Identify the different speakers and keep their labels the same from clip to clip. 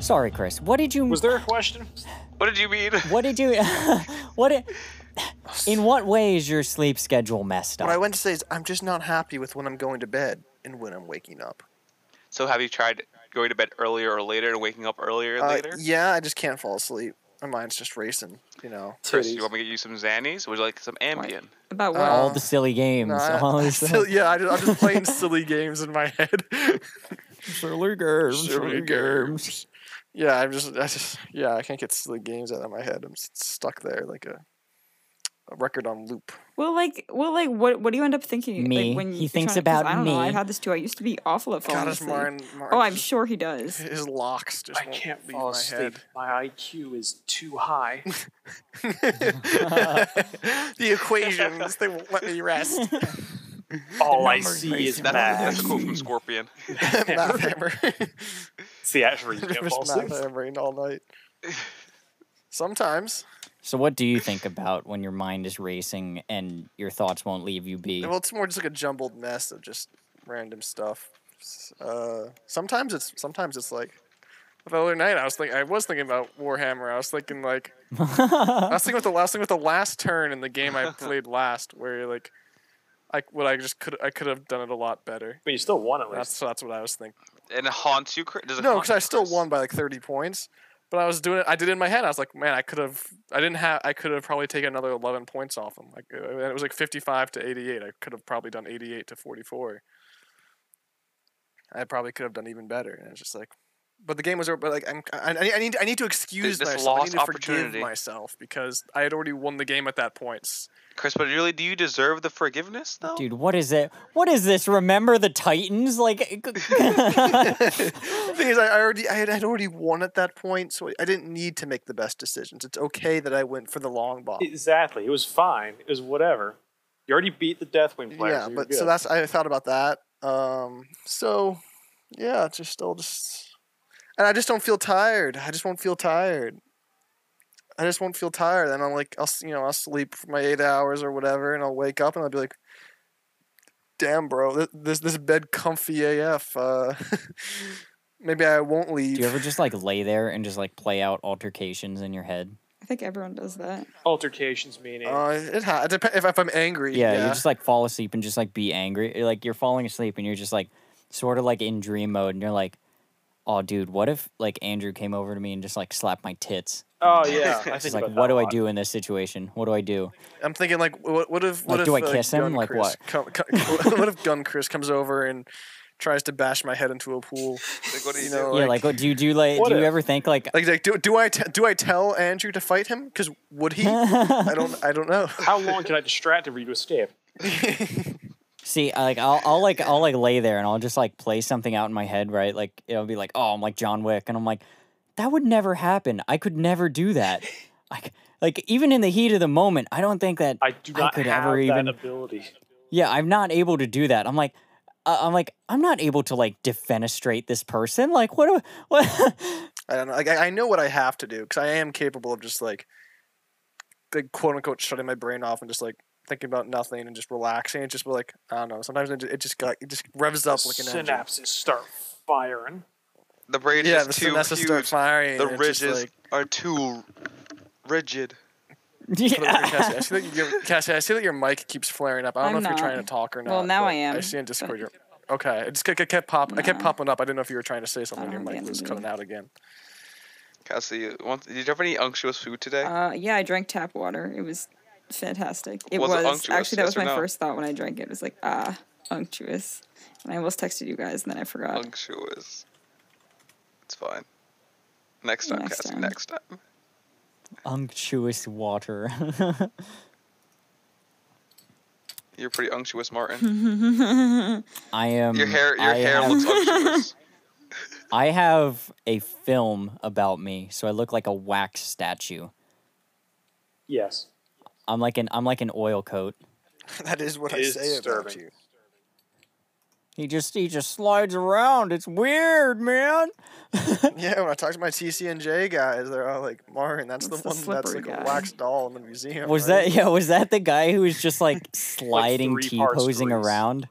Speaker 1: sorry, Chris. What did you?
Speaker 2: Was there a question?
Speaker 3: What did you mean?
Speaker 1: What did you? what? Did, in what way is your sleep schedule messed up?
Speaker 4: What I went to say is I'm just not happy with when I'm going to bed and when I'm waking up.
Speaker 3: So have you tried going to bed earlier or later and waking up earlier and
Speaker 4: Uh,
Speaker 3: later?
Speaker 4: yeah, I just can't fall asleep. My mind's just racing, you know.
Speaker 3: Chris, do
Speaker 5: Titties.
Speaker 3: you want me to get you some Xannies? Would you like some Ambien?
Speaker 6: About what?
Speaker 4: Uh,
Speaker 1: all the silly games.
Speaker 4: No, I-
Speaker 1: all
Speaker 4: I'm
Speaker 1: these-
Speaker 4: still- yeah, I just, I'm just playing silly games in my head.
Speaker 1: Silly games.
Speaker 4: Silly games. Yeah, I'm just, I just, yeah, I can't get silly games out of my head. I'm s- stuck there like a, a record on loop.
Speaker 6: well, like, well, like, what? What do you end up thinking?
Speaker 1: Me.
Speaker 6: Like, when
Speaker 1: He
Speaker 6: you're
Speaker 1: thinks
Speaker 6: trying to- 'cause
Speaker 1: about
Speaker 6: I don't know.
Speaker 1: me.
Speaker 6: I've had this too. I used to be awful at falling
Speaker 4: God, his
Speaker 6: asleep.
Speaker 4: mind, mind
Speaker 6: oh, I'm
Speaker 4: just-
Speaker 6: sure he does.
Speaker 4: His locks just
Speaker 2: I
Speaker 4: won't
Speaker 2: can't
Speaker 4: leave
Speaker 2: fall
Speaker 4: my
Speaker 2: asleep.
Speaker 4: head.
Speaker 2: My IQ is too high.
Speaker 4: the equations, they won't let me rest.
Speaker 2: All I
Speaker 1: numbers
Speaker 2: see
Speaker 1: make
Speaker 2: is
Speaker 1: sense.
Speaker 2: math.
Speaker 3: That's a quote from Scorpion.
Speaker 4: Math hammer.
Speaker 2: See, that's where you can't fall
Speaker 4: Just
Speaker 2: asleep.
Speaker 4: math hammering all night. Sometimes.
Speaker 1: So, what do you think about when your mind is racing and your thoughts won't leave you be?
Speaker 4: Well, it's more just like a jumbled mess of just random stuff. S- Uh, sometimes it's sometimes it's like the other night I was thinking I was thinking about Warhammer. I was thinking like I was thinking with the last thing with the last turn in the game I played last, where like I what I just could I could have done it a lot better.
Speaker 2: But you still won at least.
Speaker 4: That's that's what I was thinking.
Speaker 3: And it haunts you, Chris? Does it
Speaker 4: No,
Speaker 3: haunt
Speaker 4: because I
Speaker 3: you,
Speaker 4: still
Speaker 3: Chris?
Speaker 4: won by like thirty points. But I was doing it. I did it in my head. I was like, man, I could have. I didn't have. I could have probably taken another eleven points off him. Like uh, it was like fifty-five to eighty-eight. I could have probably done eighty-eight to forty-four. I probably could have done even better. And it's just like, but the game was over. But like, I'm. I, I- I need. I need to excuse
Speaker 3: this
Speaker 4: myself. I
Speaker 3: lost
Speaker 4: need to forgive
Speaker 3: opportunity.
Speaker 4: myself because I had already won the game at that point. S-
Speaker 3: Chris, but really, do you deserve the forgiveness, though?
Speaker 1: Dude, what is it? What is this? Remember the Titans? Like,
Speaker 4: the thing is, I I already, I had, I'd already won at that point, so I didn't need to make the best decisions. It's okay that I went for the long ball.
Speaker 2: Exactly. It was fine. It was whatever. You already beat the Deathwing player.
Speaker 4: yeah,
Speaker 2: you're
Speaker 4: but
Speaker 2: good.
Speaker 4: so that's I thought about that. Um, so yeah, it's just I'll just, and I just don't feel tired. I just won't feel tired. I just won't feel tired, and I'm like, I'll s- you know I'll sleep for my eight hours or whatever, and I'll wake up and I'll be like, damn, bro, th- this this bed comfy AF. Uh, maybe I won't leave.
Speaker 1: do you ever just like lay there and just like play out altercations in your head?
Speaker 6: I think everyone does that.
Speaker 2: altercations meaning.
Speaker 4: uh, it ha- it depends if, if I'm angry.
Speaker 1: Yeah, you just like fall asleep and just like be angry. You're, Like you're falling asleep and you're just like sort of like in dream mode and you're like, oh, dude, what if like Andrew came over to me and just like slapped my tits?
Speaker 2: oh yeah, I
Speaker 1: It's
Speaker 2: think
Speaker 1: like,
Speaker 2: about
Speaker 1: what
Speaker 2: that a
Speaker 1: do I
Speaker 2: lot.
Speaker 1: do in this situation? What do I do?
Speaker 4: I'm thinking like, what, what if what
Speaker 1: Like,
Speaker 4: if
Speaker 1: do I
Speaker 4: uh,
Speaker 1: kiss him?
Speaker 4: Gun
Speaker 1: Like,
Speaker 4: Chris
Speaker 1: what?
Speaker 4: Come, co- what if Gun Chris comes over and tries to bash my head into a pool?
Speaker 3: Like, what do you,
Speaker 4: You know,
Speaker 3: do?
Speaker 1: yeah, like what do you do? Like,
Speaker 2: What
Speaker 1: do you
Speaker 2: if?
Speaker 1: ever think like,
Speaker 4: Like, like do do I t- do I tell Andrew to fight him? Because would he? I don't I don't know.
Speaker 2: How long can I distract him for you to escape?
Speaker 1: See, I- like I'll, I'll like I'll like lay there and I'll just like play something out in my head, right? Like it'll be like, oh, I'm like John Wick, and I'm like, that would never happen. I could never do that. Like, like even in the heat of the moment, I don't think that
Speaker 2: I do not
Speaker 1: could
Speaker 2: have
Speaker 1: ever
Speaker 2: that
Speaker 1: even.
Speaker 2: ability.
Speaker 1: Yeah, I'm not able to do that. I'm like, uh, I'm like, I'm not able to like defenestrate this person. Like, what? Do, what?
Speaker 4: I don't know. Like I, I know what I have to do because I am capable of just like, like quote unquote shutting my brain off and just like thinking about nothing and just relaxing. It's just like I don't know. Sometimes it, ju- it just got it just revs up like an engine.
Speaker 2: Synapses start firing.
Speaker 3: The brain
Speaker 4: Yeah,
Speaker 3: is
Speaker 4: the
Speaker 3: too
Speaker 4: synapses start
Speaker 3: huge.
Speaker 4: firing.
Speaker 3: The
Speaker 4: and it's just,
Speaker 3: ridges
Speaker 4: like-
Speaker 3: are too rigid.
Speaker 4: Put it over here, Cassie, I see that your Cassie, I see that your mic keeps flaring up. I don't
Speaker 6: I'm
Speaker 4: know if you're trying to
Speaker 6: not.
Speaker 4: talk or not.
Speaker 6: Well, now
Speaker 4: but
Speaker 6: I am,
Speaker 4: I see in Discord
Speaker 6: but-
Speaker 4: your Okay, it just kept, kept popping. I kept
Speaker 6: No.
Speaker 4: popping up. I didn't know if you were trying to say something.
Speaker 6: I
Speaker 4: Your
Speaker 6: don't
Speaker 4: mic
Speaker 6: think
Speaker 4: was
Speaker 6: I'm
Speaker 4: coming
Speaker 6: doing
Speaker 4: out again.
Speaker 3: Cassie, you want, did you have any unctuous food today?
Speaker 6: Uh, yeah, I drank tap water. It was fantastic. It
Speaker 3: Was
Speaker 6: was,
Speaker 3: it unctuous,
Speaker 6: actually that
Speaker 3: yes
Speaker 6: was
Speaker 3: or
Speaker 6: my
Speaker 3: no?
Speaker 6: first thought when I drank it. It was like ah, unctuous. And I almost texted you guys, and then I forgot.
Speaker 3: unctuous. It's fine. Next time,
Speaker 6: Next
Speaker 3: Cassie.
Speaker 6: time.
Speaker 3: Next time.
Speaker 1: Unctuous water.
Speaker 3: You're pretty unctuous, Martin.
Speaker 1: I am.
Speaker 3: Your hair, your
Speaker 1: Mm, I
Speaker 3: hair
Speaker 1: am-
Speaker 3: looks unctuous.
Speaker 1: I have a film about me, so I look like a wax statue.
Speaker 2: Yes.
Speaker 1: I'm like an I'm like an oil coat.
Speaker 4: that is what
Speaker 2: It
Speaker 4: I
Speaker 2: is
Speaker 4: say about
Speaker 2: disturbing.
Speaker 4: you.
Speaker 1: He just he just slides around. It's weird, man.
Speaker 4: Yeah, when I talk to my TCNJ guys, they're all like, "Marin, that's the
Speaker 6: That's the
Speaker 4: one that's
Speaker 6: slippery
Speaker 4: like
Speaker 6: guy."
Speaker 4: a wax doll in the museum."
Speaker 1: Was
Speaker 4: right?
Speaker 1: that yeah? Was that the guy who was just like sliding
Speaker 2: three
Speaker 1: T
Speaker 2: parts
Speaker 1: posing
Speaker 2: grease.
Speaker 1: around?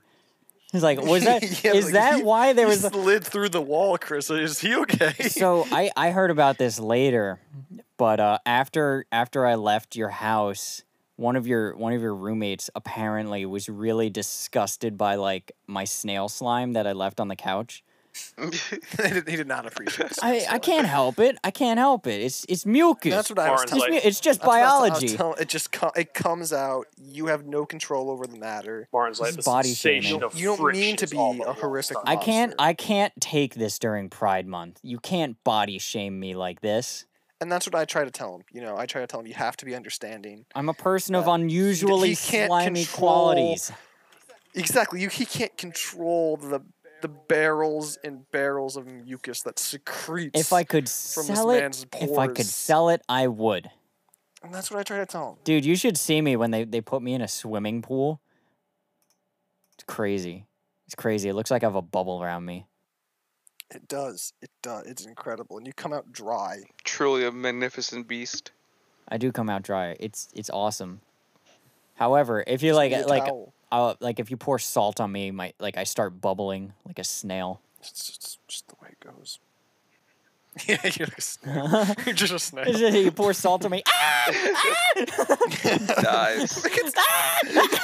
Speaker 1: It's like, was that is
Speaker 4: Yeah, like,
Speaker 1: that
Speaker 4: he-
Speaker 1: why there
Speaker 4: he
Speaker 1: was
Speaker 4: slid through the wall, Chris. Is he okay?
Speaker 1: so I, I heard about this later, but uh, after after I left your house, one of your one of your roommates apparently was really disgusted by like my snail slime that I left on the couch.
Speaker 4: he, did, he did not appreciate. it.
Speaker 1: I, I can't help it. I can't help it. It's it's mucus.
Speaker 4: That's what I was
Speaker 2: Lauren's
Speaker 4: telling.
Speaker 1: it's,
Speaker 2: like-
Speaker 1: mu- it's just
Speaker 4: that's what I was- I was
Speaker 1: biology.
Speaker 4: telling- it just co- it comes out. You have no control over the matter.
Speaker 2: Martin's
Speaker 1: This is
Speaker 2: like the
Speaker 1: body
Speaker 2: sensation
Speaker 1: shaming.
Speaker 2: of
Speaker 4: You don't
Speaker 2: friction
Speaker 4: mean to
Speaker 2: is all
Speaker 4: be
Speaker 2: that
Speaker 4: a
Speaker 2: wants done.
Speaker 4: horrible
Speaker 1: I can't
Speaker 4: monster.
Speaker 1: I can't take this during Pride Month. You can't body shame me like this.
Speaker 4: And that's what I try to tell him. You know, I try to tell him you have to be understanding.
Speaker 1: I'm a person of
Speaker 4: Yeah.
Speaker 1: unusually
Speaker 4: he can't
Speaker 1: slimy
Speaker 4: control-
Speaker 1: qualities.
Speaker 4: Exactly. You he can't control the the barrels and barrels of mucus that secretes.
Speaker 1: If I could
Speaker 4: from this
Speaker 1: sell it,
Speaker 4: man's
Speaker 1: if I could
Speaker 4: pores.
Speaker 1: sell it, I would.
Speaker 4: and that's what I try to tell him.
Speaker 1: Dude, you should see me when they, they put me in a swimming pool. It's crazy. It's crazy. It looks like I have a bubble around me.
Speaker 4: It does. It does. It's incredible, and you come out dry.
Speaker 3: Truly a magnificent beast.
Speaker 1: I do come out dry. It's it's awesome. However, if you like
Speaker 4: Need a
Speaker 1: like
Speaker 4: towel.
Speaker 1: uh, like if you pour salt on me, my like I start bubbling like a snail.
Speaker 4: It's just, it's just the way it goes. Yeah, you're, like a snake. you're just a snake.
Speaker 1: you pour salt on me. Ah!
Speaker 3: Dies.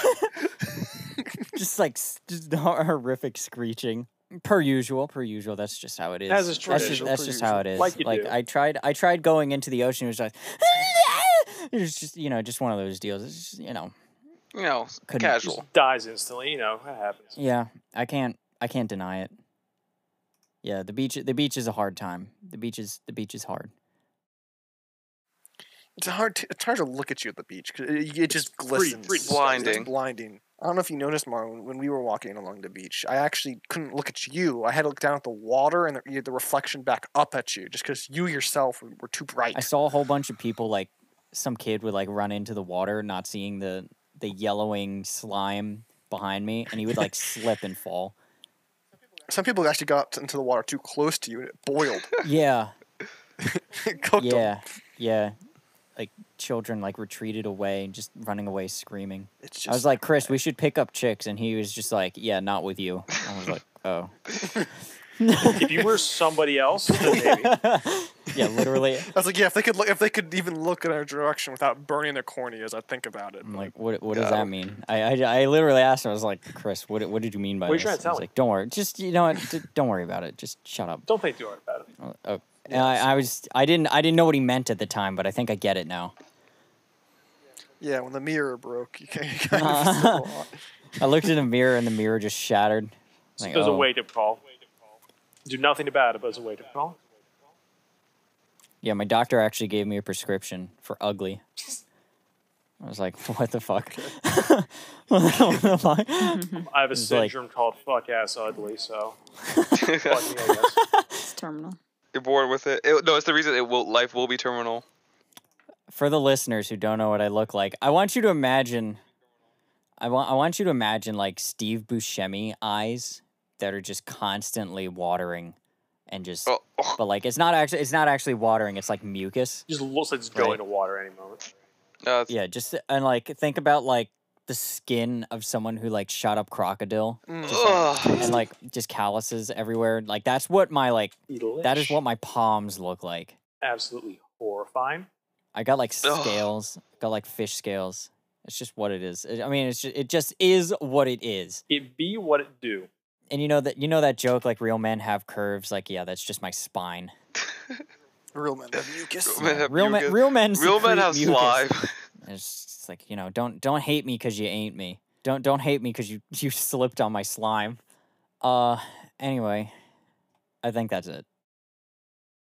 Speaker 1: just like s- just hor- horrific screeching per usual per usual that's just how it is
Speaker 2: As is
Speaker 1: that's just,
Speaker 2: tradition,
Speaker 1: that's
Speaker 4: per
Speaker 1: just how it is
Speaker 2: Like you do.
Speaker 1: i tried i tried going into the ocean it was like it was just you know just one of those deals it's just, you know
Speaker 3: You know, s-
Speaker 1: Couldn't-
Speaker 3: casual.
Speaker 2: Dies instantly, you know, that happens.
Speaker 1: yeah i can't i can't deny it yeah the beach the beach is a hard time the beach is the beach is hard
Speaker 4: It's hard. To, it's hard to look at you at the beach 'cause uh, it, it just glistens.
Speaker 2: pretty
Speaker 3: blinding.
Speaker 4: It's blinding. I don't know if you noticed, Marlon, when we were walking along the beach, I actually couldn't look at you. I had to look down at the water and the, you had the reflection back up at you, just because you yourself were, were too bright.
Speaker 1: i saw a whole bunch of people like some kid would like run into the water not seeing the the yellowing slime behind me and he would like slip and fall
Speaker 4: Some people actually got up to- into the water too close to you, and it boiled.
Speaker 1: yeah
Speaker 4: it cooked 'em.
Speaker 1: yeah yeah like children like retreated away just running away screaming
Speaker 4: It's just.
Speaker 1: i was like chris we should pick up chicks and he was just like yeah not with you i was like oh
Speaker 2: if you were somebody else, then maybe.
Speaker 1: yeah literally
Speaker 4: I was like, yeah, if they could look, if they could even look in our direction without burning their corneas, I'd think about it.
Speaker 1: i'm
Speaker 4: but-
Speaker 1: like what, what does that mean I, I i literally asked him i was like chris what, what did you mean by
Speaker 2: What are you
Speaker 1: this
Speaker 2: trying
Speaker 1: He was
Speaker 2: to tell me?
Speaker 1: like don't worry just you know what d- don't worry about it just shut up
Speaker 2: Don't think too hard about it.
Speaker 1: Uh, oh. And I, I was i didn't i didn't know what he meant at the time but i think i get it now
Speaker 4: yeah, when the mirror broke, you kind of. saw it.
Speaker 1: i looked in the mirror and the mirror just shattered like,
Speaker 2: There's
Speaker 1: oh.
Speaker 2: a way to call. Do nothing about it, but there's a way to call.
Speaker 1: Yeah, my doctor actually gave me a prescription for ugly. I was like, what the fuck? what the fuck?
Speaker 2: I have a
Speaker 1: like-
Speaker 2: syndrome called fuck ass ugly, so fuck me, I guess.
Speaker 6: It's terminal.
Speaker 3: You're bored with it. It- No, it's the reason it will. Life will be terminal.
Speaker 1: For the listeners who don't know what I look like, I want you to imagine. I want I want you to imagine like Steve Buscemi eyes that are just constantly watering, and just
Speaker 3: Oh, oh,
Speaker 1: but like it's not actually it's not actually watering. It's like mucus.
Speaker 2: Just looks like it's
Speaker 1: Right.
Speaker 2: going to water any moment.
Speaker 3: no, it's-
Speaker 1: Yeah, just uh, and like think about like the skin of someone who like shot up crocodile
Speaker 3: Ugh.
Speaker 1: and like just calluses everywhere. Like that's what my like That is
Speaker 2: Delish.
Speaker 1: what my palms look like.
Speaker 2: absolutely horrifying.
Speaker 1: I got like
Speaker 3: Ugh.
Speaker 1: scales, got like fish scales. It's just what it is. It- I mean, it's just, it just is what it is.
Speaker 2: It be what it do.
Speaker 1: And you know that you know that joke like real men have curves. Like yeah, that's just my spine.
Speaker 4: Real men have mucus.
Speaker 3: Men have
Speaker 1: real men,
Speaker 3: mucus.
Speaker 1: real men,
Speaker 3: Real men
Speaker 1: secrete
Speaker 3: have
Speaker 1: mucus.
Speaker 3: slime.
Speaker 1: And It's just like you know, don't don't hate me because you ain't me. Don't don't hate me because you you slipped on my slime. Uh, anyway, I think that's it.